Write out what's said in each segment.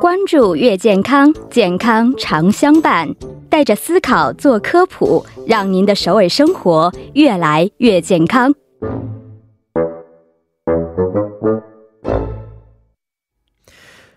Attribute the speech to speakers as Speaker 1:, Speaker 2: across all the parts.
Speaker 1: 关注越健康，健康常相伴。带着思考做科普，让您的首尔生活越来越健康。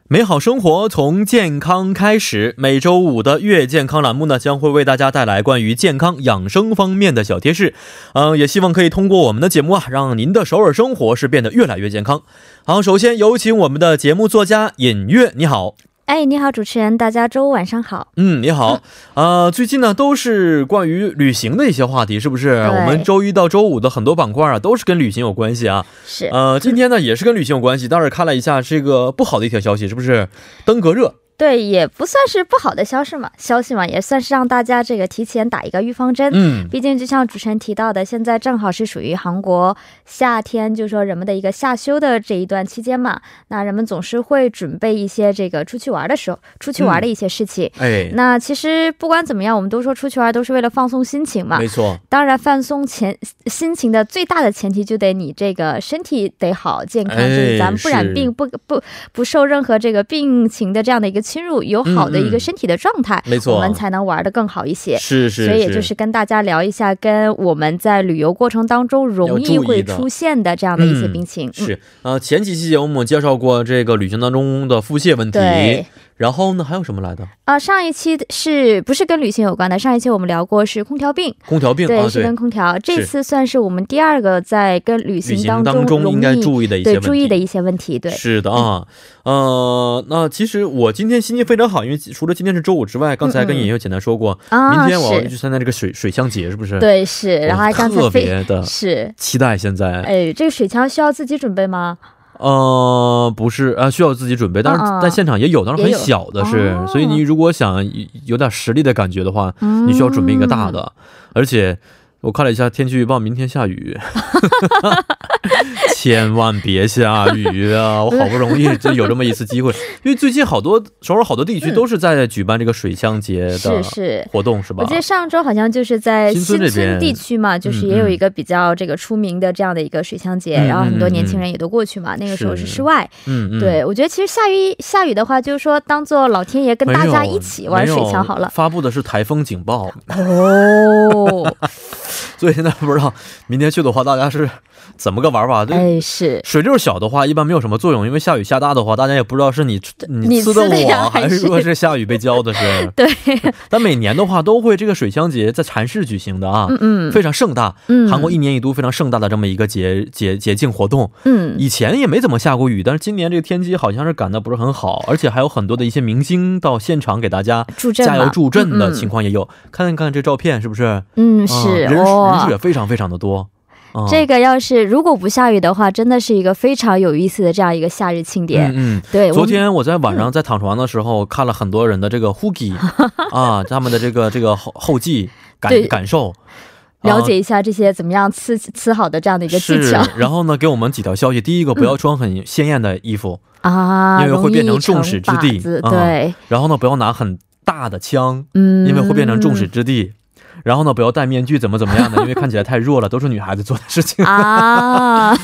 Speaker 2: 美好生活从健康开始。每周五的月健康栏目呢，将会为大家带来关于健康养生方面的小贴士。嗯、也希望可以通过我们的节目啊，让您的首尔生活是变得越来越健康。好，首先有请我们的节目作家尹月，你好。
Speaker 3: 哎，你好，主持人，大家周五晚上好。
Speaker 2: 嗯，你好。呃，最近呢都是关于旅行的一些话题，是不是？
Speaker 3: 对
Speaker 2: 我们周一到周五的很多板块啊，都是跟旅行有关系啊。
Speaker 3: 是，
Speaker 2: 呃，今天呢也是跟旅行有关系，但是看了一下这个不好的一条消息，是不是？登革热。
Speaker 3: 对，也不算是不好的消息嘛，消息嘛，也算是让大家这个提前打一个预防针。
Speaker 2: 嗯，
Speaker 3: 毕竟，就像主持人提到的，现在正好是属于韩国夏天，就说人们的一个夏休的这一段期间嘛，那人们总是会准备一些这个出去玩的时候，出去玩的一些事情。
Speaker 2: 哎，
Speaker 3: 那其实不管怎么样，我们都说出去玩都是为了放松心情嘛。
Speaker 2: 没错。
Speaker 3: 当然，放松前心情的最大的前提就得你这个身体得好，健康，
Speaker 2: 哎
Speaker 3: 就是咱们不染
Speaker 2: 是
Speaker 3: 病，不不不受任何这个病情的这样的一个侵入，有好的一
Speaker 2: 嗯嗯
Speaker 3: 个身体的状态，
Speaker 2: 没错
Speaker 3: 我们才能玩的更好一些。
Speaker 2: 是是，
Speaker 3: 所以也就是跟大家聊一下，跟我们在旅游过程当中容易
Speaker 2: 要注意
Speaker 3: 会
Speaker 2: 的
Speaker 3: 出现的这样的一些病情。嗯，
Speaker 2: 是呃，前几期节目我们介绍过这个旅行当中的腹泻问题，
Speaker 3: 对。
Speaker 2: 然后呢还有什么来的？
Speaker 3: 啊、上一期是不是跟旅行有关的？上一期我们聊过是空调病，
Speaker 2: 空调病啊，
Speaker 3: 是
Speaker 2: 对
Speaker 3: 跟，空调。这
Speaker 2: 是
Speaker 3: 次算是我们第二个在跟旅
Speaker 2: 旅
Speaker 3: 行
Speaker 2: 行当
Speaker 3: 中
Speaker 2: 中
Speaker 3: 容易
Speaker 2: 应该注意的一些
Speaker 3: 对
Speaker 2: 问题。
Speaker 3: 注意的一些问题，对。嗯
Speaker 2: 是的啊，呃，那其实我今天心情非常好，因为除了今天是周五之外，刚才跟
Speaker 3: 嗯嗯
Speaker 2: 尹月简单说过，
Speaker 3: 啊，
Speaker 2: 明天我要
Speaker 3: 是
Speaker 2: 去参加这个水水象节，是不是？，
Speaker 3: 对是，然后还刚才
Speaker 2: 特
Speaker 3: 非
Speaker 2: 别的
Speaker 3: 是，
Speaker 2: 期待现在。
Speaker 3: 哎，这个水枪需要自己准备吗？
Speaker 2: 呃，不是，呃，需要自己准备，但
Speaker 3: 嗯
Speaker 2: 是
Speaker 3: 嗯
Speaker 2: 在现场也有，当然
Speaker 3: 也
Speaker 2: 很
Speaker 3: 有
Speaker 2: 小的是，
Speaker 3: 哦
Speaker 2: 所以你如果想有点实力的感觉的话，
Speaker 3: 嗯
Speaker 2: 你需要准备一个大的，而且我看了一下天气预报，明天下 雨，千万别下雨啊！我好不容易就有这么一次机会，因为最近好多首尔好多地区都是在举办这个水乡节
Speaker 3: 是
Speaker 2: 的
Speaker 3: 是。
Speaker 2: 活动，是吧
Speaker 3: 我记？得上周好像就是在
Speaker 2: 新
Speaker 3: 新
Speaker 2: 村这边
Speaker 3: 村
Speaker 2: 嗯
Speaker 3: 地区嘛，就是也有一个比较这个出名的这样的一个水枪节，
Speaker 2: 嗯嗯
Speaker 3: 然后很多年轻
Speaker 2: 嗯
Speaker 3: 人也都过去嘛。那个时候是
Speaker 2: 是
Speaker 3: 室外，
Speaker 2: 嗯嗯，
Speaker 3: 对我觉得其实下雨下雨的话，就是说当做老天爷跟
Speaker 2: 没有。
Speaker 3: 大家一起玩水枪好
Speaker 2: 没有
Speaker 3: 了。
Speaker 2: 发布的是台风警报，
Speaker 3: 哦，
Speaker 2: 所以现在不知道明天去的话，大家是怎么个玩法？对，
Speaker 3: 哎是，
Speaker 2: 水溜小的话，一般没有什么作用，因为下雨下大的话，大家也不知道是你
Speaker 3: 你
Speaker 2: 呲
Speaker 3: 呲
Speaker 2: 的
Speaker 3: 的呀
Speaker 2: 我，啊还
Speaker 3: 还
Speaker 2: 是
Speaker 3: 是
Speaker 2: 说是下雨被浇的是
Speaker 3: 。对，
Speaker 2: 但每年的话，都会这个水乡节在禅市举行的啊，
Speaker 3: 嗯
Speaker 2: 非常盛大。
Speaker 3: 嗯，
Speaker 2: 韩国一年一度非常盛大的这么一个节节节庆活动，
Speaker 3: 嗯
Speaker 2: 以前也没怎么下过雨，但是今年这个天气好像是赶的不是很好，而且还有很多的一些明星到现场给大家
Speaker 3: 助阵
Speaker 2: 加油
Speaker 3: 嘛
Speaker 2: 助阵的
Speaker 3: 嗯嗯
Speaker 2: 情况也有。看看这照片是不是？
Speaker 3: 嗯
Speaker 2: 啊
Speaker 3: 是
Speaker 2: 人数人
Speaker 3: 哇
Speaker 2: 数也非常非常的多。啊
Speaker 3: 这个要是如果不下雨的话，真的是一个非常有意思的这样一个夏日庆典。
Speaker 2: 嗯
Speaker 3: 对，
Speaker 2: 嗯，
Speaker 3: 我
Speaker 2: 昨
Speaker 3: 们
Speaker 2: 天我在晚上在躺床的时候、看了很多人的这个 h o o k i 啊，他们的这个这个后后记感
Speaker 3: 对
Speaker 2: 感受，
Speaker 3: 了解一下这些怎么样吃吃好的这样的一个技
Speaker 2: 是
Speaker 3: 巧，嗯
Speaker 2: 然后呢，给我们几条消息。第一个，不要穿很鲜艳的衣服，
Speaker 3: 啊，
Speaker 2: 因为会
Speaker 3: 容易
Speaker 2: 变成众矢之的
Speaker 3: 成靶子
Speaker 2: 啊
Speaker 3: 对，
Speaker 2: 然后呢，不要拿很大的枪，
Speaker 3: 嗯，
Speaker 2: 因为会变成众矢之的。然后呢，不要戴面具，怎么怎么样的，因为看起来太弱了，都是女孩子做的事情。
Speaker 3: 啊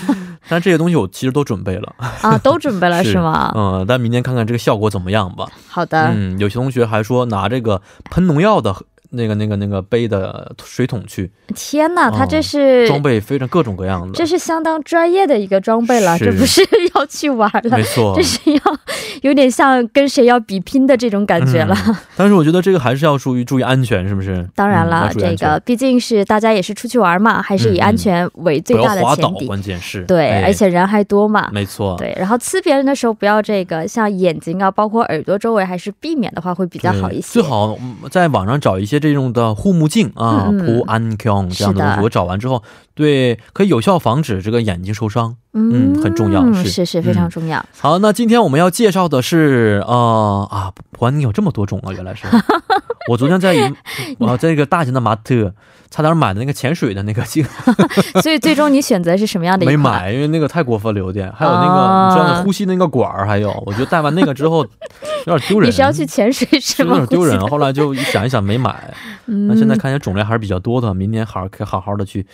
Speaker 2: 但这些东西我其实都准备了，
Speaker 3: 啊，都准备了
Speaker 2: 是
Speaker 3: 是吗？
Speaker 2: 嗯，但明天看看这个效果怎么样吧。
Speaker 3: 好的，
Speaker 2: 嗯，有些同学还说拿这个喷农药的那个、那个、那个杯的水桶去，
Speaker 3: 天哪，他
Speaker 2: 哦
Speaker 3: 这是
Speaker 2: 装备非常各种各样的，
Speaker 3: 这是相当专业的一个装备了，
Speaker 2: 是
Speaker 3: 这不是 要去玩了
Speaker 2: 没，错
Speaker 3: 这。是要有点像跟谁要比拼的这种感觉了。
Speaker 2: 嗯但是我觉得这个还是要注意注意安全，是不是？
Speaker 3: 当然了，
Speaker 2: 嗯要注意
Speaker 3: 这
Speaker 2: 安全
Speaker 3: 个毕竟是大家也是出去玩嘛，还是以
Speaker 2: 嗯嗯
Speaker 3: 安全为最
Speaker 2: 不
Speaker 3: 大的
Speaker 2: 要滑倒
Speaker 3: 前，提。
Speaker 2: 关键是
Speaker 3: 对、
Speaker 2: 哎
Speaker 3: 而且人还多嘛。
Speaker 2: 没错，
Speaker 3: 对，然后呲别人的时候不要这个，像眼睛啊，包括耳朵周围，还是避免的话会比
Speaker 2: 比
Speaker 3: 较好一些。
Speaker 2: 最好嗯在网上找一些这种的护目镜啊，
Speaker 3: 嗯嗯
Speaker 2: 普安 n 这
Speaker 3: 是
Speaker 2: 样的东西，
Speaker 3: 的
Speaker 2: 我找完之后，对，可以有效防止这个眼睛受伤。
Speaker 3: 嗯
Speaker 2: 嗯很重要是嗯
Speaker 3: 是是非常重要。
Speaker 2: 好，那今天我们要介绍的是，呃啊，普安你有这么多种啊，原 来是。我昨天在一，我在一个大型的马特，差点买的那个潜水的那个镜
Speaker 3: 所以最终你选择是什么样的一
Speaker 2: 没
Speaker 3: 款？
Speaker 2: 买，因为那个太过分了有点，还有那
Speaker 3: 啊
Speaker 2: 个你知道那呼吸那个管儿，还有，我觉得戴完那个之后有点丢 人。
Speaker 3: 你是要去潜水是
Speaker 2: 是有
Speaker 3: 吗？
Speaker 2: 点丢人
Speaker 3: 呼，吸
Speaker 2: 后来就一想一想 没买。
Speaker 3: 嗯
Speaker 2: 那现在看起来种类还是比较多的，明年好好可以好好的去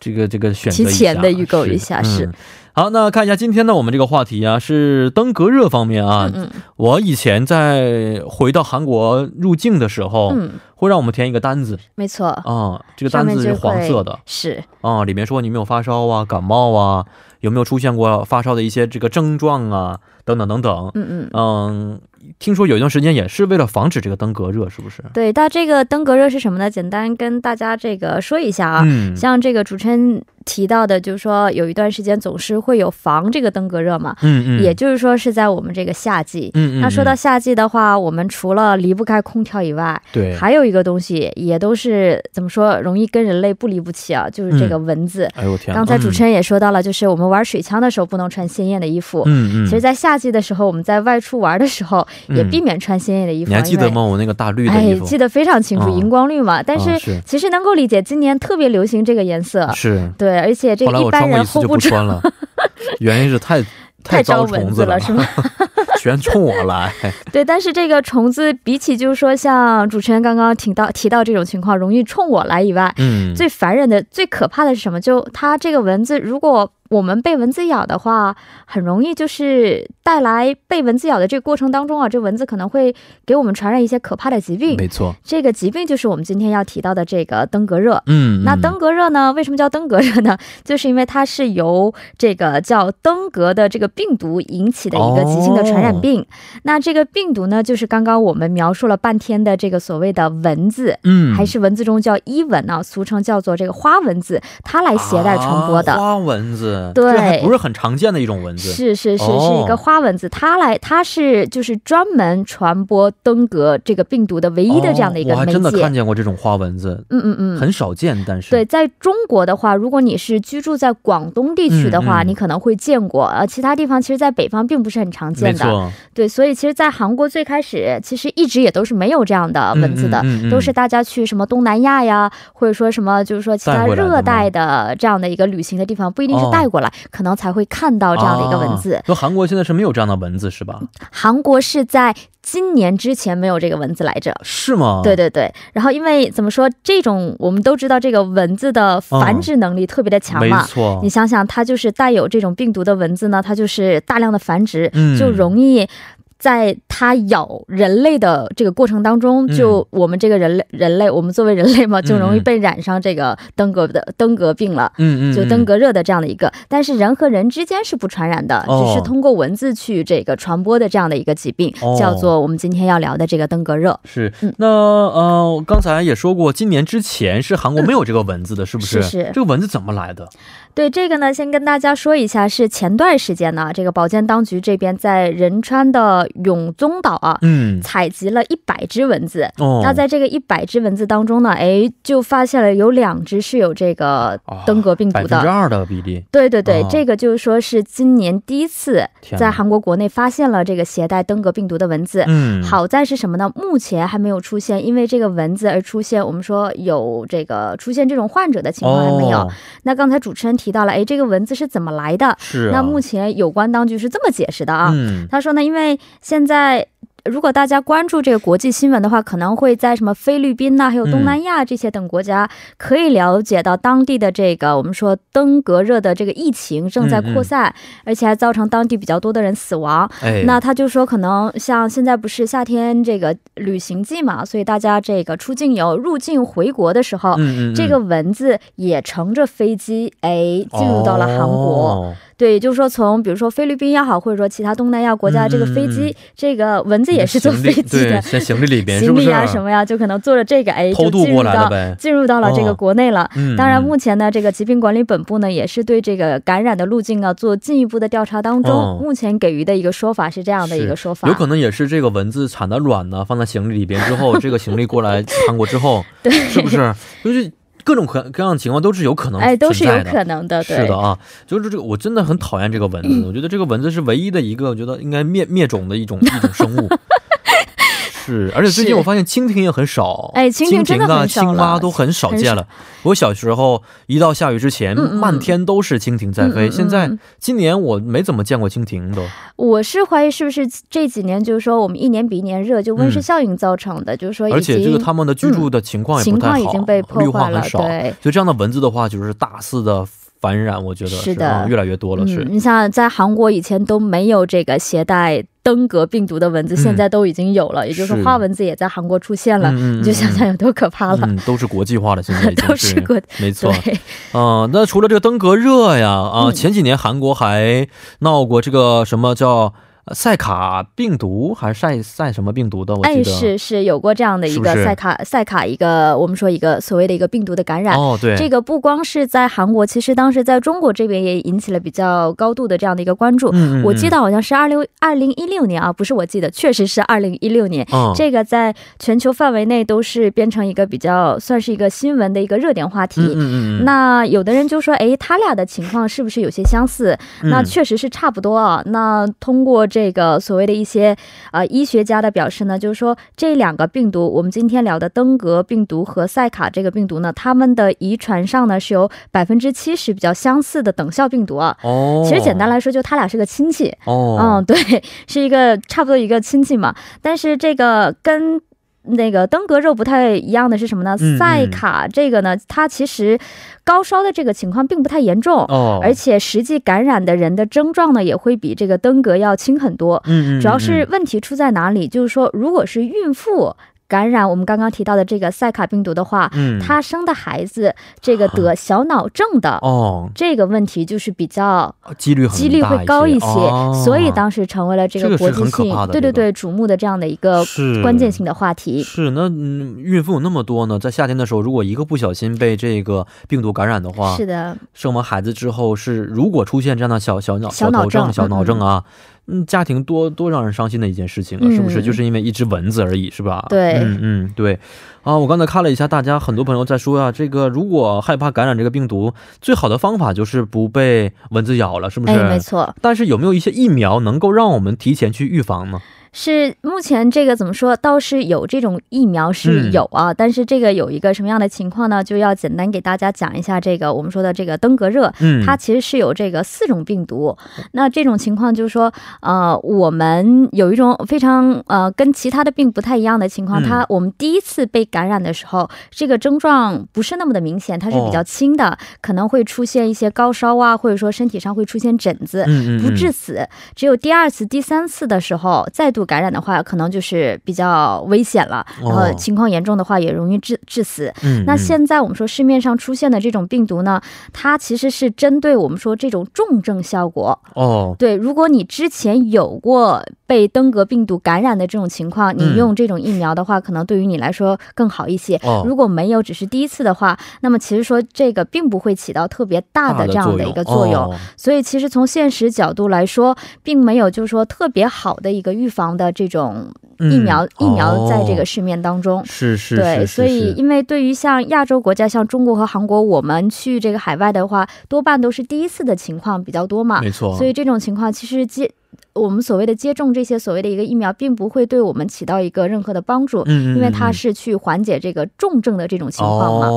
Speaker 2: 这个这个选择一下，
Speaker 3: 提前地预购一下
Speaker 2: 是
Speaker 3: 是
Speaker 2: 嗯好，那看一下今天呢，我们这个话题啊是登革热方面啊。
Speaker 3: 嗯
Speaker 2: 我以前在回到韩国入境的时候，
Speaker 3: 嗯，
Speaker 2: 会让我们填一个单子
Speaker 3: 没错，
Speaker 2: 啊、哦这个
Speaker 3: 上
Speaker 2: 单
Speaker 3: 面
Speaker 2: 子
Speaker 3: 就是会
Speaker 2: 黄色的
Speaker 3: 是
Speaker 2: 啊、里面说你有没有发烧啊、感冒啊，有没有出现过发烧的一些这个症状啊，等等等等。
Speaker 3: 嗯嗯。
Speaker 2: 嗯，听说有一段时间也是为了防止这个登革热，是不是？
Speaker 3: 对，但这个登革热是什么呢？简单跟大家这个说一下啊。
Speaker 2: 嗯，
Speaker 3: 像这个主持人提到的，就是说有一段时间总是会有防这个登革热嘛，
Speaker 2: 嗯嗯，
Speaker 3: 也就是说是在我们这个夏季。
Speaker 2: 嗯嗯，
Speaker 3: 那说
Speaker 2: 嗯
Speaker 3: 到夏季的话，我们除了离不开空调以外，
Speaker 2: 对，
Speaker 3: 还有一个东西也都是怎么说，容易跟人类不离不弃啊，就是这个蚊子。
Speaker 2: 哎呦我天，
Speaker 3: 刚才主持
Speaker 2: 人，
Speaker 3: 人也说到了，就是我们玩水枪的时候不能穿鲜艳的衣服。
Speaker 2: 嗯嗯，
Speaker 3: 其实，在夏季的时候，我们在外出玩的时候，也
Speaker 2: 嗯
Speaker 3: 避免穿鲜艳的衣服、
Speaker 2: 你
Speaker 3: 啊
Speaker 2: 还记得
Speaker 3: 因为
Speaker 2: 吗？我那个大绿的
Speaker 3: 哎
Speaker 2: 衣，服，
Speaker 3: 记得非常清楚，
Speaker 2: 嗯
Speaker 3: 荧光绿嘛。但
Speaker 2: 啊
Speaker 3: 是
Speaker 2: 是
Speaker 3: 其实能够理解，今年特别流行这个颜色。
Speaker 2: 是，
Speaker 3: 对，而且这
Speaker 2: 后来
Speaker 3: 个
Speaker 2: 我
Speaker 3: 一
Speaker 2: 穿
Speaker 3: 般
Speaker 2: 过一
Speaker 3: 人
Speaker 2: 次
Speaker 3: hold
Speaker 2: 就
Speaker 3: 不
Speaker 2: 不
Speaker 3: 住，
Speaker 2: 穿了，原因是太
Speaker 3: 太招
Speaker 2: 招
Speaker 3: 蚊
Speaker 2: 虫
Speaker 3: 子了，
Speaker 2: 了，
Speaker 3: 是 吗？
Speaker 2: 全冲我来。
Speaker 3: 对，但是这个虫子比起就是说像主持人刚刚提到提到这种情况容易冲我来以外，
Speaker 2: 嗯，
Speaker 3: 最烦人的、最可怕的是什么？就它这个蚊子，如果我们被蚊子咬的话，很容易就是带来被蚊子咬的这个过程当中啊，这蚊子可能会给我们传染一些可怕的疾病。
Speaker 2: 没错，
Speaker 3: 这个疾病就是我们今天要提到的这个登革热。
Speaker 2: 嗯，
Speaker 3: 那
Speaker 2: 嗯
Speaker 3: 登革热呢？为什么叫登革热呢？ 就是因为它是由这个叫登革的这个病毒引起的一个急性的传染
Speaker 2: 哦
Speaker 3: 病。那这个病毒呢，就是刚刚我们描述了半天的这个所谓的蚊子。
Speaker 2: 嗯
Speaker 3: 还是蚊子中叫伊蚊啊，俗称叫做这个花蚊子，它来携带传播的。
Speaker 2: 啊花蚊子，
Speaker 3: 对
Speaker 2: 这还不是很常见的一种蚊子。
Speaker 3: 是是是，
Speaker 2: 哦
Speaker 3: 是一个花蚊子，它来，它是就是专门传播登革这个病毒的唯一的这样的一个
Speaker 2: 哦我还
Speaker 3: 媒
Speaker 2: 真的
Speaker 3: 介
Speaker 2: 看。见过这种花蚊子，
Speaker 3: 嗯嗯嗯，
Speaker 2: 很少见，但是
Speaker 3: 对，，在中国的话，如果你是居住在广东地区的话，
Speaker 2: 嗯嗯
Speaker 3: 你可能会见过。呃，其他地方其实，在北方并不是很常
Speaker 2: 没
Speaker 3: 见的。
Speaker 2: 错，
Speaker 3: 对，所以其实，在韩国最开始其实一直也都是没有这样的蚊子的。
Speaker 2: 嗯嗯嗯嗯
Speaker 3: 都是大家去什么东南亚呀，或者说什么就是说其
Speaker 2: 带
Speaker 3: 他
Speaker 2: 回来的吗
Speaker 3: 热带的这样的一个旅行的地方，不一定是
Speaker 2: 哦
Speaker 3: 带过来，可能才会看到这样的一个蚊子
Speaker 2: 啊。那、韩国现在是没有这样的蚊子是吧？
Speaker 3: 韩国是在今年之前没有这个蚊子来着。
Speaker 2: 是吗？
Speaker 3: 对对对，然后因为怎么说，这种我们都知道，这个蚊子的繁殖能力特别的强
Speaker 2: 哦没
Speaker 3: 嘛。
Speaker 2: 错
Speaker 3: 你，想想，它就是带有这种病毒的蚊子呢，它就是大量的繁殖，
Speaker 2: 嗯
Speaker 3: 就容易。在它咬人类的这个过程当中，
Speaker 2: 嗯
Speaker 3: 就我们这个人类，人类，我们作为人类嘛，就容易
Speaker 2: 嗯
Speaker 3: 被染上这个登革的登革病了，
Speaker 2: 嗯嗯，
Speaker 3: 就
Speaker 2: 嗯
Speaker 3: 登。革热的这样的一个。但是人和人之间是不传染的，
Speaker 2: 哦
Speaker 3: 只是通过蚊子去这个传播的这样的一个疾病
Speaker 2: 哦，
Speaker 3: 叫做我们今天要聊的这个登革热。
Speaker 2: 是
Speaker 3: 嗯，
Speaker 2: 那呃，我刚才也说过，今年之前是韩国没有这个蚊子的，是不是？
Speaker 3: 是是
Speaker 2: 这个蚊子怎么来的？
Speaker 3: 对这个呢，先跟大家说一下，是前段时间呢，这个保健当局这边在仁川的永宗岛啊，
Speaker 2: 嗯，
Speaker 3: 采集了一百只蚊子。
Speaker 2: 哦，
Speaker 3: 那在这个一百只蚊子当中呢，哎，就发现了有两只是有这个
Speaker 2: 啊
Speaker 3: 登革病
Speaker 2: 百
Speaker 3: 毒
Speaker 2: 分
Speaker 3: 的。
Speaker 2: 之二的比例，
Speaker 3: 对对对、
Speaker 2: 哦
Speaker 3: 这个就是说是今年第一次
Speaker 2: 天哪
Speaker 3: 在韩国国内发现了这个携带登革病毒的蚊子。
Speaker 2: 嗯，，
Speaker 3: 好在是什么呢？目前还没有出现因为这个蚊子而出现我们说有这个出现这种患者的情况还没有。
Speaker 2: 哦、
Speaker 3: 那刚才主持人提到了，哎，这个蚊子是怎么来的？
Speaker 2: 是、啊。
Speaker 3: 那目前有关当局是这么解释的啊，
Speaker 2: 嗯，
Speaker 3: 他说呢，因为现在。如果大家关注这个国际新闻的话，可能会在什么菲律宾呐、还有
Speaker 2: 嗯
Speaker 3: 东南亚这些等国家，可以了解到当地的这个我们说登革热的这个疫情正
Speaker 2: 嗯
Speaker 3: 在扩散，而且还造成当地比较多的人死亡。
Speaker 2: 哎，
Speaker 3: 那他就说，可能像现在不是夏天这个旅行季嘛，所以大家这个出境游、入境回国的时候，
Speaker 2: 嗯嗯嗯
Speaker 3: 这个蚊子也乘着飞机，哎，进入到了韩国。
Speaker 2: 哦、
Speaker 3: 对，也就是说从比如说菲律宾也好，或者说其他东南亚国家，
Speaker 2: 嗯
Speaker 3: 这个飞机、这个蚊子也是坐
Speaker 2: 行李
Speaker 3: 飞机
Speaker 2: 对，
Speaker 3: 的，
Speaker 2: 在行李里边是
Speaker 3: 行
Speaker 2: 不
Speaker 3: 李
Speaker 2: 是
Speaker 3: 啊什么呀，就可能坐着这个，哎，
Speaker 2: 偷
Speaker 3: 就
Speaker 2: 渡
Speaker 3: 进
Speaker 2: 过
Speaker 3: 入
Speaker 2: 来了
Speaker 3: 到
Speaker 2: 呗？
Speaker 3: 进入到了这个
Speaker 2: 哦
Speaker 3: 国内了。
Speaker 2: 嗯，
Speaker 3: 当然，
Speaker 2: 嗯
Speaker 3: 目前呢，这个疾病管理本部呢也是对这个感染的路径啊做进一步的调查当中。
Speaker 2: 哦
Speaker 3: 目前给予的一个说法是这样的一个说法，
Speaker 2: 有可能也是这个蚊子产的卵呢，放在行李里边之后，这个行李过来 韩国之后，是不是？就是各种各各样的情况都是有可能
Speaker 3: 哎，都是有
Speaker 2: 存在的
Speaker 3: 可能的，对，
Speaker 2: 是的啊，就是这个，我真的很讨厌这个蚊子。我觉得这个蚊子是唯一的一个，我觉得应该灭灭种的一种一种生 物。是，而且最
Speaker 3: 是
Speaker 2: 近我发现蜻蜓也很少，
Speaker 3: 哎蜻蜓真的
Speaker 2: 啊
Speaker 3: 很少了
Speaker 2: 青蛙都很少见了。我小时候一到下雨之前，
Speaker 3: 嗯嗯
Speaker 2: 漫天都是蜻蜓在
Speaker 3: 嗯
Speaker 2: 飞。
Speaker 3: 嗯嗯
Speaker 2: 现在今年我没怎么见过蜻蜓都。
Speaker 3: 我是怀疑是不是这几年就是说我们一年比一年热，就温室
Speaker 2: 嗯
Speaker 3: 效应造成的，就是说已经嗯
Speaker 2: 而且这个他们的居住的情况也不
Speaker 3: 情
Speaker 2: 太好，
Speaker 3: 况已经被
Speaker 2: 绿
Speaker 3: 破
Speaker 2: 化
Speaker 3: 坏了
Speaker 2: 很，少，
Speaker 3: 对。
Speaker 2: 所以这样的蚊子的话，就是大肆的繁染，我觉得
Speaker 3: 是的
Speaker 2: 嗯越来越多了，是
Speaker 3: 嗯，你想想，在韩国以前都没有这个携带登革病毒的蚊子，现在都已经有了，也就是
Speaker 2: 嗯是
Speaker 3: 说花蚊子也在韩国出现了，
Speaker 2: 嗯嗯
Speaker 3: 你就想想有多可怕了，
Speaker 2: 嗯，都是国际化了，现在已经
Speaker 3: 啊 都是国
Speaker 2: 没错
Speaker 3: 对嗯
Speaker 2: 啊、，那除了这个登革热呀，啊、前几年韩国还闹过这个什么叫呃赛卡病毒，还是赛赛什么病毒的？我记
Speaker 3: 哎，
Speaker 2: 得
Speaker 3: 是是有过这样的一
Speaker 2: 是不
Speaker 3: 个
Speaker 2: 是
Speaker 3: 赛卡赛卡一个我们说一个所谓的一个病毒的感染。
Speaker 2: 哦，对，
Speaker 3: 啊这个不光是在韩国，其实当时在中国这边也引起了比较高度的这样的一个关注。
Speaker 2: 嗯，嗯
Speaker 3: 我记得，好像是二零二零一六年啊，不是我记得，确实是二零一六年。
Speaker 2: 嗯，
Speaker 3: 这个在全球范围内都是变成一个比较算是一个新闻的一个热点话题。
Speaker 2: 嗯嗯嗯，
Speaker 3: 那有的人就说，哎，他俩的情况是不是有些相似？
Speaker 2: 嗯
Speaker 3: 那确实是差不多啊。那通过这个所谓的一些呃医学家的表示呢，就是说这两个病毒，我们今天聊的登革病毒和赛卡这个病毒呢，它们的遗传上呢是有百分之七十比较相似的等效病毒啊。
Speaker 2: 哦，
Speaker 3: 其实简单，来说，就它俩是个亲戚，
Speaker 2: 哦，
Speaker 3: 嗯，对，是一个差不多一个亲戚嘛。但是这个跟那个登革热不太一样的是什么呢？
Speaker 2: 嗯嗯
Speaker 3: 赛卡这个呢，它其实高烧的这个情况并不太严重，
Speaker 2: 哦，
Speaker 3: 而且实际感染的人的症状呢也会比这个登革要轻很多。
Speaker 2: 嗯，嗯嗯，
Speaker 3: 主要是问题出在哪里？就是说，如果是孕妇感染我们刚刚提到的这个赛卡病毒的话，
Speaker 2: 嗯，嗯，
Speaker 3: 她生的孩子这个得小脑症的。
Speaker 2: 哦，
Speaker 3: 这个问题就是比较
Speaker 2: 几率很
Speaker 3: 几率
Speaker 2: 大
Speaker 3: 会高
Speaker 2: 一
Speaker 3: 一
Speaker 2: 些，
Speaker 3: 些，
Speaker 2: 哦
Speaker 3: 所以当时成为了这
Speaker 2: 这
Speaker 3: 个
Speaker 2: 个
Speaker 3: 国
Speaker 2: 是
Speaker 3: 际
Speaker 2: 很可
Speaker 3: 性
Speaker 2: 怕的
Speaker 3: 对
Speaker 2: 这
Speaker 3: 对对
Speaker 2: 个
Speaker 3: 瞩目的这样的一个
Speaker 2: 哦是
Speaker 3: 呃关键性的话题。
Speaker 2: 是，那嗯孕妇有那么多呢，在夏天的时候，如果一个不小心被这个病毒感染的话，
Speaker 3: 是的，
Speaker 2: 生完孩子之后是如果出现这样的小小脑
Speaker 3: 小脑
Speaker 2: 头症、
Speaker 3: 症嗯
Speaker 2: 小脑症啊，嗯，家庭多多让人伤心的一件事情了，啊是不是？
Speaker 3: 嗯
Speaker 2: 就是因为一只蚊子而已，是吧？
Speaker 3: 对
Speaker 2: 嗯嗯，对。啊，我刚才看了一下，大家很多朋友在说啊，这个如果害怕感染这个病毒，最好的方法就是不被蚊子咬了，是不是？
Speaker 3: 哎，没错，
Speaker 2: 但是有没有一些疫苗能够让我们提前去预防呢？
Speaker 3: 是目前这个怎么说，倒是有这种疫苗是
Speaker 2: 嗯
Speaker 3: 有啊，但是这个有一个什么样的情况呢？就要简单给大家讲一下这个我们说的这个登革热，
Speaker 2: 嗯，
Speaker 3: 它其实是有这个四种病毒。那这种情况就是说，呃，我们有一种非常呃跟其他的病不太一样的情况，
Speaker 2: 嗯
Speaker 3: 它我们第一次被感染的时候，这个症状不是那么的明显，它是比
Speaker 2: 哦
Speaker 3: 较轻的，可能会出现一些高烧啊，或者说身体上会出现疹子。
Speaker 2: 嗯嗯
Speaker 3: 不致
Speaker 2: 嗯
Speaker 3: 死，只有第二次、第三次的时候再度感染的话，可能就是比较危险了。然
Speaker 2: 哦
Speaker 3: 后情况严重的话，也容易致致死。
Speaker 2: 嗯，
Speaker 3: 那
Speaker 2: 嗯
Speaker 3: 现在我们说市面上出现的这种病毒呢，它其实是针对我们说这种重症效果。
Speaker 2: 哦，
Speaker 3: 对，如果你之前有过被登革病毒感染的这种情
Speaker 2: 嗯
Speaker 3: 况，你用这种疫苗的话，可能对于你来说更好一些。
Speaker 2: 哦
Speaker 3: 如果没有，只是第一次的话，那么其实说这个并不会起到特别大
Speaker 2: 大
Speaker 3: 的这样的一个作用。
Speaker 2: 哦
Speaker 3: 所以其实从现实角度来说，并没有就是说特别好的一个预防的这种疫苗、
Speaker 2: 嗯
Speaker 3: 疫苗在这
Speaker 2: 哦
Speaker 3: 个市面当中。
Speaker 2: 是是
Speaker 3: 对，
Speaker 2: 是，
Speaker 3: 所
Speaker 2: 是
Speaker 3: 以
Speaker 2: 是
Speaker 3: 因为对于像亚洲国家，像中国和韩国，我们去这个海外的话，多半都是第一次的情况比较多嘛，
Speaker 2: 没错，
Speaker 3: 所以这种情况其实接我们所谓的接种这些所谓的一个疫苗，并不会对我们起到一个任何的帮助，
Speaker 2: 嗯，嗯
Speaker 3: 因为
Speaker 2: 嗯
Speaker 3: 它
Speaker 2: 嗯
Speaker 3: 是去缓解这个重症的这种情况嘛。嗯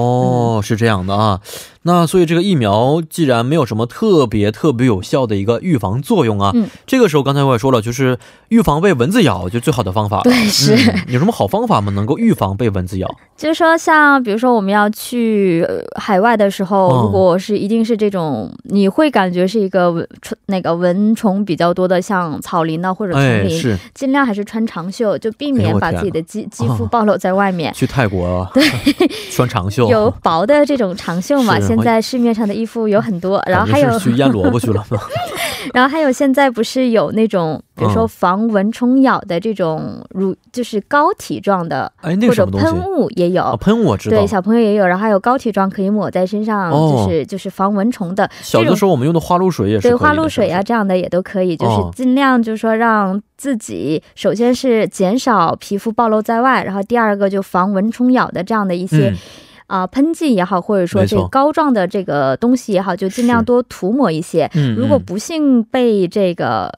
Speaker 2: 哦，是这样的啊。那所以这个疫苗既然没有什么特别特别有效的一个预防作用啊，
Speaker 3: 嗯
Speaker 2: 这个时候刚才我也说了，就是预防被蚊子咬就最好的方法了。
Speaker 3: 对，是。
Speaker 2: 嗯有什么好方法吗？能够预防被蚊子咬？
Speaker 3: 就是说，像比如说我们要去呃海外的时候，
Speaker 2: 嗯
Speaker 3: 如果是一定是这种，你会感觉是一个蚊那个蚊虫比较多的，像草林呐、或者丛
Speaker 2: 哎，
Speaker 3: 林，
Speaker 2: 是
Speaker 3: 尽量还是穿长袖，就避
Speaker 2: 哎
Speaker 3: 免
Speaker 2: 我
Speaker 3: 把
Speaker 2: 天
Speaker 3: 自己的肌 肌
Speaker 2: 啊
Speaker 3: 肤暴露在外 面。
Speaker 2: 去泰 国穿长袖，
Speaker 3: 有薄的这种长袖嘛？
Speaker 2: 哦是
Speaker 3: 现
Speaker 2: 我
Speaker 3: 在市面上的衣服有很多，然后还
Speaker 2: 感觉
Speaker 3: 有，
Speaker 2: 是去腌萝卜去了吗？
Speaker 3: 然后还有，现在不是有那种，比如说
Speaker 2: 嗯
Speaker 3: 防蚊虫咬的这种乳，就是膏体状的，
Speaker 2: 哎，那
Speaker 3: 或
Speaker 2: 个
Speaker 3: 者
Speaker 2: 什么东西
Speaker 3: 喷雾也有。
Speaker 2: 啊？喷我知道
Speaker 3: 对，。小朋友也有，然后还有膏体状可以抹在身上，
Speaker 2: 哦
Speaker 3: 就是就是防蚊虫的，
Speaker 2: 小的时候我们用的花露水也是
Speaker 3: 对
Speaker 2: 可以的
Speaker 3: 花露水啊
Speaker 2: 是
Speaker 3: 这样的也都可以，就
Speaker 2: 哦
Speaker 3: 是尽量就是说让自己首先是减少皮肤暴露在外，然后第二个就防蚊虫咬的这样的一
Speaker 2: 不是
Speaker 3: 些啊、喷剂也好，或者说
Speaker 2: 嗯没
Speaker 3: 这
Speaker 2: 错
Speaker 3: 个膏状的这个东西也好，就尽
Speaker 2: 是
Speaker 3: 量多涂抹一些。
Speaker 2: 嗯嗯，
Speaker 3: 如果
Speaker 2: 嗯
Speaker 3: 不幸被这个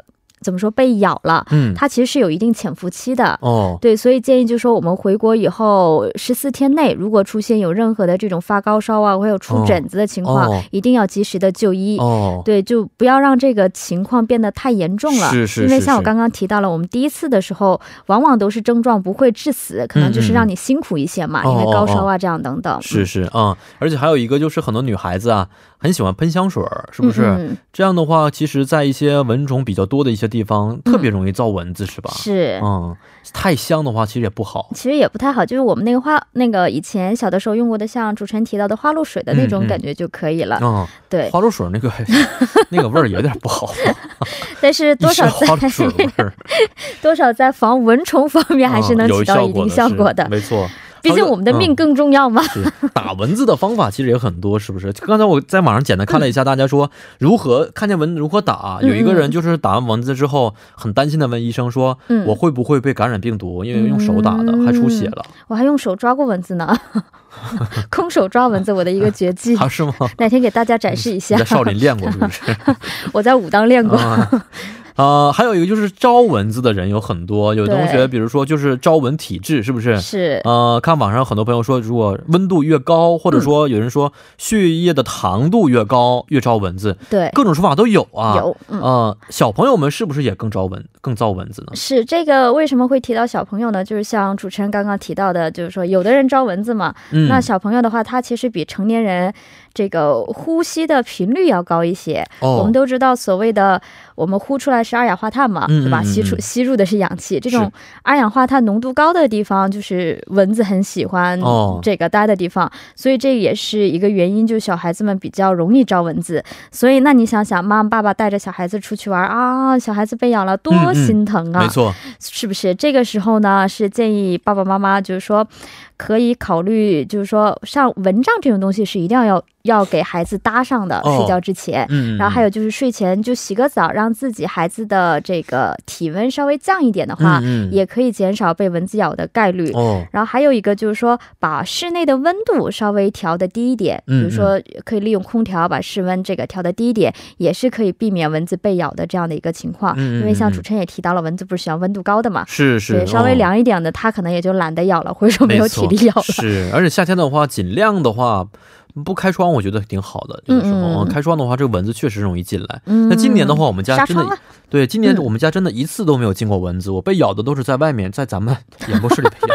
Speaker 3: 怎么说被咬了，
Speaker 2: 嗯，
Speaker 3: 它其实是有一定潜伏期的。
Speaker 2: 哦，
Speaker 3: 对，所以建议就是说，我们回国以后十四天内，如果出现有任何的这种发高烧啊，或者有出疹子的情况，
Speaker 2: 哦
Speaker 3: 一定要及时的就医。
Speaker 2: 哦，
Speaker 3: 对，就不要让这个情况变得太严重了。
Speaker 2: 是是
Speaker 3: 因为
Speaker 2: 是
Speaker 3: 像我
Speaker 2: 是
Speaker 3: 刚刚提到了，我们第一次的时候，往往都是症状不会致死，可能就是让你辛苦一些嘛，
Speaker 2: 嗯嗯
Speaker 3: 因为高烧
Speaker 2: 嗯哦
Speaker 3: 啊这样等等。
Speaker 2: 是是啊、嗯而且还有一个就是很多女孩子啊，很喜欢喷香水儿，是
Speaker 3: 嗯，
Speaker 2: 不是？
Speaker 3: 嗯
Speaker 2: 这样的话，其实，在一些蚊虫比较多的一些地方，特别容易造蚊子，是吧？
Speaker 3: 嗯是。
Speaker 2: 嗯，太香的话，其实也不好。
Speaker 3: 其实也不太好，就是我们那个花，那个以前小的时候用过的，像主持人提到的花露水的那
Speaker 2: 嗯
Speaker 3: 种
Speaker 2: 嗯
Speaker 3: 感觉就可以了。
Speaker 2: 嗯，
Speaker 3: 对，
Speaker 2: 花露水 那个那个味儿有点不好，
Speaker 3: 但是
Speaker 2: 一
Speaker 3: 多
Speaker 2: 身
Speaker 3: 少
Speaker 2: 花露水
Speaker 3: 在
Speaker 2: 味儿，
Speaker 3: 多少在防蚊虫方面还是能
Speaker 2: 嗯有
Speaker 3: 起到一定效果
Speaker 2: 是
Speaker 3: 的。
Speaker 2: 没错。嗯
Speaker 3: 毕竟我们的
Speaker 2: 还有一
Speaker 3: 命
Speaker 2: 个
Speaker 3: 更重要嘛。
Speaker 2: 嗯是打蚊子的方法其实也很多，是不是？刚才我在网上简单看了一下，大家说如何看见蚊子如何打。有一个人就是打完蚊子之后，很担心的问医生说：“
Speaker 3: 嗯
Speaker 2: 我会不会被感染病毒？因为用手打的，
Speaker 3: 嗯
Speaker 2: 还出血了
Speaker 3: 我还用手抓过蚊子呢， 空手抓蚊子，我的一个绝技。
Speaker 2: 啊？是吗？
Speaker 3: 哪天给嗯 大家展示一
Speaker 2: 你
Speaker 3: 下
Speaker 2: 在，少林练嗯过是不是？
Speaker 3: 我在武当练过。
Speaker 2: 啊，呃，还有一个就是招蚊子的人有很多，有同学
Speaker 3: 对
Speaker 2: 比如说就是招蚊体质，是不是？
Speaker 3: 是，
Speaker 2: 呃，看网上很多朋友说，如果温度越高，或
Speaker 3: 嗯
Speaker 2: 者说有人说血液的糖度越高，越招蚊子，
Speaker 3: 对，
Speaker 2: 各种说法都有啊。
Speaker 3: 有，嗯。
Speaker 2: 呃，小朋友们是不是也更招蚊、更造蚊子呢？
Speaker 3: 是这个为什么会提到小朋友呢？就是像主持人刚刚提到的，就是说有的人招蚊子嘛，
Speaker 2: 嗯，
Speaker 3: 那小朋友的话，他其实比成年人这个呼吸的频率要高一些。
Speaker 2: 哦，
Speaker 3: 我们都知道，所谓的我们呼出来是二氧化碳嘛，
Speaker 2: 嗯
Speaker 3: 对吧？
Speaker 2: 嗯嗯
Speaker 3: 吸出
Speaker 2: 嗯
Speaker 3: 吸入的是氧气，这
Speaker 2: 是
Speaker 3: 种二氧化碳浓度高的地方，就是蚊子很喜欢
Speaker 2: 哦
Speaker 3: 这个待的地方，所以这也是一个原因，就是小孩子们比较容易招蚊子。所以，那你想想，妈妈爸爸带着小孩子出去玩啊，小孩子被咬了，多
Speaker 2: 嗯嗯
Speaker 3: 心疼啊！
Speaker 2: 没错，
Speaker 3: 是不是？这个时候呢，是建议爸爸妈妈就是说，可以考虑，就是说，像蚊帐这种东西是一定要要要给孩子搭上的，
Speaker 2: 哦
Speaker 3: 睡觉之前。
Speaker 2: 嗯，
Speaker 3: 然后还有就是睡前就洗个澡，让自己孩子的这个体温稍微降一点的话，
Speaker 2: 嗯
Speaker 3: 啊
Speaker 2: 嗯
Speaker 3: 也可以减少被蚊子咬的概率。
Speaker 2: 哦，
Speaker 3: 然后还有一个就是说，把室内的温度稍微调的低一点，比
Speaker 2: 嗯
Speaker 3: 如说可以利用空调把室温这个调的低一点，也是可以避免蚊子被咬的这样的一个情况。
Speaker 2: 嗯嗯
Speaker 3: 因为像
Speaker 2: 嗯
Speaker 3: 主持人也提到了，蚊子不是喜欢温度高的嘛，
Speaker 2: 是是，
Speaker 3: 对，稍微
Speaker 2: 哦
Speaker 3: 凉一点的，它可能也就懒得咬了，或者说没有体力咬了
Speaker 2: 没错。是，而且夏天的话，尽量的话不开窗，我觉得挺好的。有的时候、
Speaker 3: 嗯
Speaker 2: 哦
Speaker 3: 嗯嗯
Speaker 2: 开窗的话，这个蚊子确实容易进来。
Speaker 3: 嗯
Speaker 2: 那今年的话，我们家
Speaker 3: 纱
Speaker 2: 真的
Speaker 3: 窗啊，
Speaker 2: 对今年
Speaker 3: 嗯
Speaker 2: 我们家真的一次都没有进过蚊子，我被咬的都是在外面，在咱们 演播室里被咬的。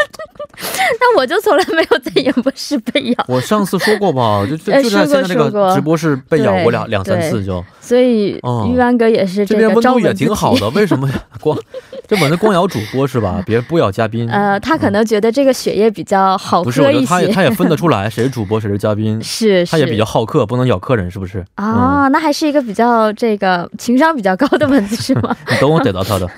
Speaker 3: 那我就从来没有在演播室被咬，
Speaker 2: 我上次说过吧，就就
Speaker 3: 呃
Speaker 2: 就在
Speaker 3: 说过
Speaker 2: 现在这
Speaker 3: 说
Speaker 2: 个
Speaker 3: 过
Speaker 2: 直播室被咬过
Speaker 3: 对
Speaker 2: 两两三
Speaker 3: 对
Speaker 2: 次就，
Speaker 3: 所以
Speaker 2: 哦
Speaker 3: 玉安哥也是
Speaker 2: 这
Speaker 3: 个
Speaker 2: 边温
Speaker 3: 招
Speaker 2: 度
Speaker 3: 蚊
Speaker 2: 也
Speaker 3: 子
Speaker 2: 挺好
Speaker 3: 体。
Speaker 2: 的，为什么光这蚊子光咬主播是吧？别不咬嘉宾。
Speaker 3: 呃，他可能觉得这个血液比较好
Speaker 2: 不是，我
Speaker 3: 喝
Speaker 2: 觉得
Speaker 3: 一
Speaker 2: 他也
Speaker 3: 些，
Speaker 2: 他 也分得出来谁是主播谁是嘉宾，
Speaker 3: 是是，
Speaker 2: 他也比较好客，不能咬客人是不是？嗯
Speaker 3: 啊、那还是一个比较这个情商比较高的蚊子是 吗？
Speaker 2: 你等我逮到他 的。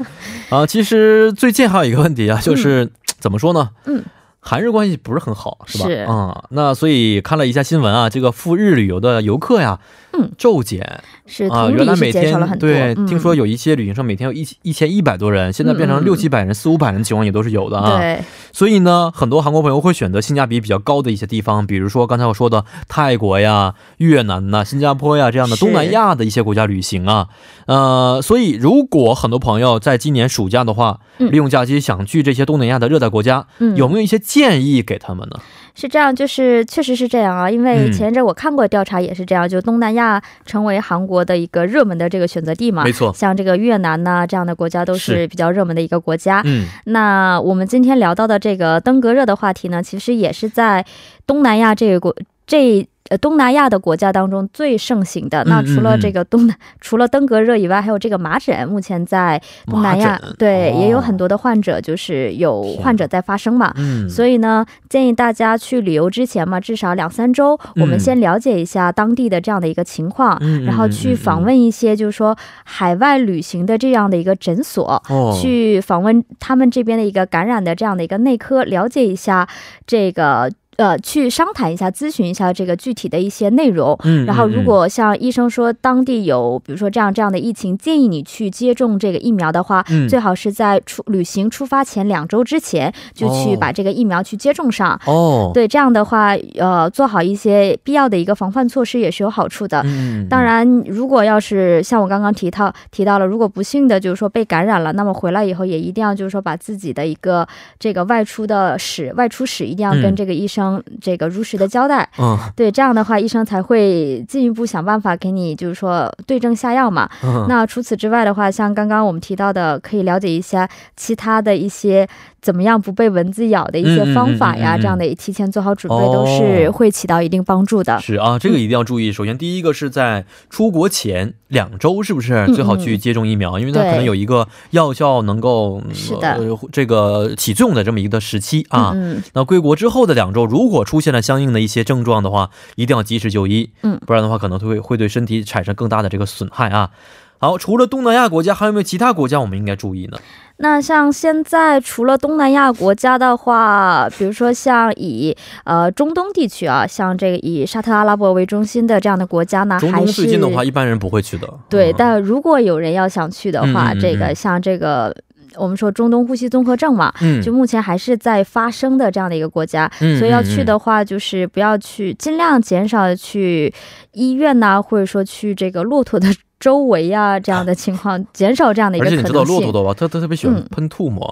Speaker 2: 啊，其实最近还有一个问题啊，就是、怎么说呢？
Speaker 3: 嗯。
Speaker 2: 韩日关系不是很好，是吧？
Speaker 3: 是
Speaker 2: 啊、那所以看了一下新闻啊，这个赴日旅游的游客呀，
Speaker 3: 嗯，
Speaker 2: 骤减
Speaker 3: 是
Speaker 2: 啊、
Speaker 3: 同
Speaker 2: 原来
Speaker 3: 比
Speaker 2: 每
Speaker 3: 是减
Speaker 2: 天
Speaker 3: 少了很多。
Speaker 2: 对、
Speaker 3: 嗯、
Speaker 2: 听说有一些旅行社每天有一一千一百多人，现在变成
Speaker 3: 嗯嗯
Speaker 2: 六七百人、四五百人的情况也都是有的啊。
Speaker 3: 对，
Speaker 2: 所以呢，很多韩国朋友会选择性价比比较高的一些地方，比如说刚才我说的泰国呀、越南呐、新加坡呀这样的
Speaker 3: 是
Speaker 2: 东南亚的一些国家旅行啊。呃，所以如果很多朋友在今年暑假的话，
Speaker 3: 嗯
Speaker 2: 利用假期想去这些东南亚的热带国家，
Speaker 3: 嗯，
Speaker 2: 有没有一些建议给他们呢？
Speaker 3: 是这样，就是确实是这样啊，因为
Speaker 2: 嗯
Speaker 3: 前一阵我看过调查也是这样，就东南亚成为韩国的一个热门的这个选择地嘛。
Speaker 2: 没错
Speaker 3: 像这个越南呐、这样的国家都
Speaker 2: 是
Speaker 3: 是比较热门的一个国家。
Speaker 2: 嗯，
Speaker 3: 那我们今天聊到的这个登革热的话题呢，其实也是在东南亚这个国这。呃，东南亚的国家当中最盛行的，
Speaker 2: 嗯
Speaker 3: 那除了这个东南，除了登革热以外，还有这个麻疹，目前在东南亚
Speaker 2: 麻疹
Speaker 3: 对、也有很
Speaker 2: 多，
Speaker 3: 多的患者，就是有
Speaker 2: 天
Speaker 3: 患者在发生嘛。
Speaker 2: 嗯，
Speaker 3: 所以呢，建议大家去旅游之前嘛，至少两三周，
Speaker 2: 嗯
Speaker 3: 我们先了解一下当地的这样的一个情况，
Speaker 2: 嗯
Speaker 3: 然后去访问一些就是说海外旅行的这样的一个诊所。
Speaker 2: 哦，
Speaker 3: 去访问他们这边的一个感染的这样的一个内科，了解一下这个呃去商谈一下、咨询一下这个具体的一些内容。
Speaker 2: 嗯，
Speaker 3: 然后，如
Speaker 2: 嗯
Speaker 3: 果像医生说当地有，比如说这样这样的疫情，建议你去接种这个疫苗的话，
Speaker 2: 嗯
Speaker 3: 最好是在出旅行出发前两周之前就去
Speaker 2: 哦
Speaker 3: 把这个疫苗去接种上。
Speaker 2: 哦，
Speaker 3: 对，这样的话，呃，做好一些必要的一个防范措施也是有好处的。
Speaker 2: 嗯，嗯，
Speaker 3: 当然，如果要是像我刚刚提到提到了，如果不幸的就是说被感染了，那么回来以后也一定要就是说把自己的一个这个外出的史外出史一定要
Speaker 2: 嗯
Speaker 3: 跟这个医生这个如实的交代，
Speaker 2: 嗯，
Speaker 3: 对，这样的话医生才会进一步想办法给你就是说对症下药嘛。
Speaker 2: 嗯
Speaker 3: 那除此之外的话，像刚刚我们提到的，可以了解一下其他的一些怎么样不被蚊子咬的一些方法呀，
Speaker 2: 嗯嗯嗯嗯嗯嗯哦
Speaker 3: 这样的提前做好准备都是会起到一定帮助的。
Speaker 2: 是啊，这个一定要注意。首先，第一个是在出国前两周，是不是
Speaker 3: 嗯
Speaker 2: 最好去接种疫苗？因为它可能
Speaker 3: 对
Speaker 2: 有一个药效能够
Speaker 3: 是的
Speaker 2: 呃、这个起作用的这么一个时期啊。
Speaker 3: 嗯，
Speaker 2: 那归国之后的两周，如果出现了相应的一些症状的话，一定要及时就医，
Speaker 3: 嗯
Speaker 2: 不然的话可能会会对身体产生更大的这个损害啊。好，除了东南亚国家，还有没有其他国家我们应该注意呢？
Speaker 3: 那像现在除了东南亚国家的话，比如说像以呃中东地区啊，像这个以沙特阿拉伯为中心的这样的国家呢，
Speaker 2: 中
Speaker 3: 啊还
Speaker 2: 东
Speaker 3: 是
Speaker 2: 最近的话，一般人不会去的。
Speaker 3: 对，
Speaker 2: 嗯
Speaker 3: 但如果有人要想去的话，
Speaker 2: 嗯嗯嗯
Speaker 3: 这个像这个我们说中东呼吸综合症嘛，
Speaker 2: 嗯，
Speaker 3: 就目前还是在发生的这样的一个国家，
Speaker 2: 嗯
Speaker 3: 所以要
Speaker 2: 嗯
Speaker 3: 去
Speaker 2: 嗯
Speaker 3: 的话，就是不要去，尽量减少去医院呐、或者说去这个骆驼的 周围呀、这样的情况，减少这样的一个
Speaker 2: 而且你
Speaker 3: 可
Speaker 2: 知道
Speaker 3: 能
Speaker 2: 骆
Speaker 3: 性
Speaker 2: 驼。的吧，它它特别喜欢
Speaker 3: 嗯
Speaker 2: 喷吐沫，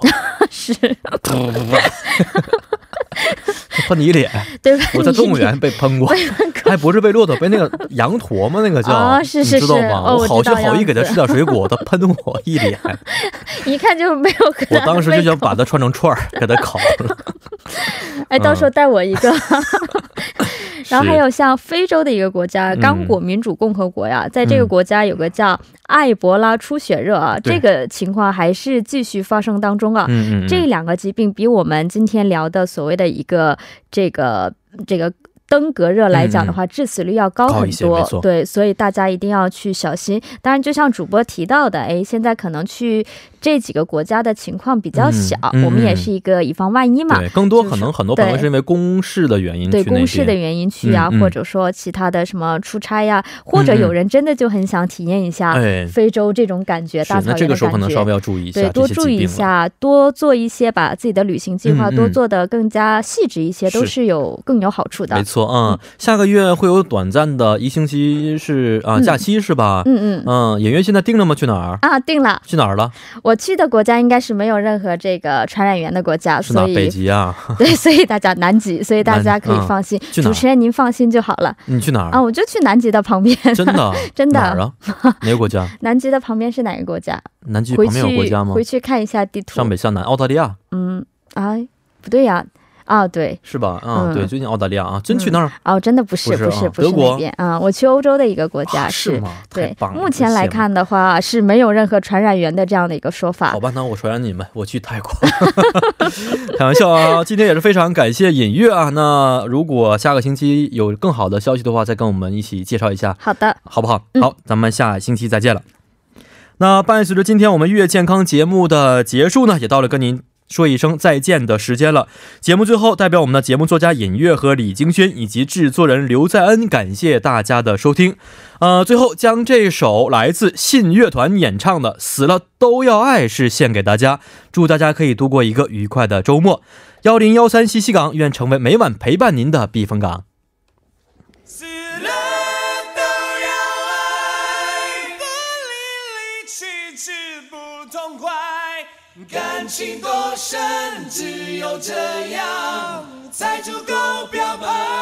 Speaker 3: 是，
Speaker 2: 不不不， 喷你 脸！
Speaker 3: 对吧？
Speaker 2: 我在动物园被喷
Speaker 3: 哎
Speaker 2: 过，还不是被骆驼，被那个羊驼嘛，那个叫，
Speaker 3: 哦是是
Speaker 2: 你知道
Speaker 3: 是
Speaker 2: 吗？
Speaker 3: 哦
Speaker 2: 我
Speaker 3: 我
Speaker 2: 好
Speaker 3: 知
Speaker 2: 心
Speaker 3: 道
Speaker 2: 好意给它
Speaker 3: 样子
Speaker 2: 吃点水果，它喷我 一脸，
Speaker 3: 你，一看就没有给
Speaker 2: 我
Speaker 3: 它
Speaker 2: 当时
Speaker 3: 喂
Speaker 2: 就想
Speaker 3: 口
Speaker 2: 把它串成串儿给它 烤了。
Speaker 3: 哎，到时候带我一 个。然后还
Speaker 2: 嗯是
Speaker 3: 有像非洲的一个国家
Speaker 2: 嗯
Speaker 3: 刚果民主共和国呀、在这个
Speaker 2: 嗯
Speaker 3: 国家有个叫埃博拉出血热啊，
Speaker 2: 对
Speaker 3: 这个情况还是继续发生当中啊。
Speaker 2: 嗯嗯，嗯
Speaker 3: 这两个疾病比我们今天聊的所谓的一个这个这个登革热来讲的话，致死率要高
Speaker 2: 嗯高
Speaker 3: 很
Speaker 2: 一些没
Speaker 3: 多
Speaker 2: 错。
Speaker 3: 对，所以大家一定要去小心。当然，就像主播提到的，哎，现在可能去这几个国家的情况比较小，
Speaker 2: 嗯嗯
Speaker 3: 我们也是一个以防万一嘛。
Speaker 2: 对，更多
Speaker 3: 就
Speaker 2: 可
Speaker 3: 是
Speaker 2: 能很多朋友
Speaker 3: 对
Speaker 2: 是因为公事的原因
Speaker 3: 对
Speaker 2: 去那
Speaker 3: 公事的
Speaker 2: 边。
Speaker 3: 原因去啊、
Speaker 2: 嗯嗯嗯
Speaker 3: 或者说其他的什么出差呀、或者有人真的就很想体验一下
Speaker 2: 哎，
Speaker 3: 非洲这种感觉，
Speaker 2: 是
Speaker 3: 大，
Speaker 2: 那
Speaker 3: 草
Speaker 2: 这
Speaker 3: 原
Speaker 2: 个
Speaker 3: 的
Speaker 2: 时候可
Speaker 3: 感
Speaker 2: 能
Speaker 3: 觉。
Speaker 2: 稍微要注意一下
Speaker 3: 对，
Speaker 2: 这
Speaker 3: 多
Speaker 2: 些
Speaker 3: 注意
Speaker 2: 疾
Speaker 3: 一
Speaker 2: 病了。
Speaker 3: 下，多做一些，把自己的旅行计划
Speaker 2: 嗯嗯
Speaker 3: 多做的更加细致一些，
Speaker 2: 是
Speaker 3: 都是有更有好处的
Speaker 2: 没。错，嗯，下个月会有短暂的一星期是啊、
Speaker 3: 嗯
Speaker 2: 假期是吧？
Speaker 3: 嗯嗯。
Speaker 2: 嗯，演员现在定了吗？去哪儿？
Speaker 3: 啊，定了！
Speaker 2: 去哪儿了？
Speaker 3: 我去的国家应该是没有任何这个传染源的国家，
Speaker 2: 是哪
Speaker 3: 所
Speaker 2: 儿？北
Speaker 3: 以
Speaker 2: 极啊？
Speaker 3: 对，所以大家南极，所以大家
Speaker 2: 南
Speaker 3: 可以
Speaker 2: 嗯
Speaker 3: 放心。
Speaker 2: 去哪儿
Speaker 3: 主持人您放心就好了
Speaker 2: 你去哪儿？
Speaker 3: 啊，我就去南极的旁边。
Speaker 2: 真的
Speaker 3: 真的
Speaker 2: 哪儿啊？ 哪个国家？
Speaker 3: 南极的旁边是哪个国家？
Speaker 2: 南极
Speaker 3: 回
Speaker 2: 旁
Speaker 3: 去
Speaker 2: 边有国家吗
Speaker 3: 回？去看一下地图。
Speaker 2: 上北下南，澳大利亚
Speaker 3: 嗯，哎，不对呀、啊，对，
Speaker 2: 是吧？啊、
Speaker 3: 嗯
Speaker 2: 对，最近澳大利亚啊，真去那儿、
Speaker 3: 哦，真的不是，
Speaker 2: 不是
Speaker 3: 不是，
Speaker 2: 啊
Speaker 3: 不是
Speaker 2: 德国
Speaker 3: 那边啊、我去欧洲的一个国家、
Speaker 2: 啊
Speaker 3: 是。
Speaker 2: 吗？太
Speaker 3: 对
Speaker 2: 棒，了！
Speaker 3: 目前来
Speaker 2: 羡慕，
Speaker 3: 看的话是没有任何传染源的这样的一个说法
Speaker 2: 好。吧，那我传染你们，我去 泰国。 开玩笑啊！今天也是非常感谢尹月啊。那如果下个星期有更好的消息的话，再跟我们一起介绍一下。
Speaker 3: 好的，
Speaker 2: 好不好？
Speaker 3: 嗯
Speaker 2: 好，咱们下星期再见了。那伴随着今天我们月健康节目的结束呢，也到了跟您。说一声再见的时间了。节目最后，代表我们的节目作家尹月和李京轩以及制作人刘在恩，感谢大家的收听。呃，最后将这首来自信乐团演唱的《死了都要爱》是献给大家，祝大家可以度过一个愉快的周末。幺零幺三西西港，愿成为每晚陪伴您的避风港。
Speaker 4: 死了都要爱，不离离去去不痛快，感情多深，只有这样才足够表白。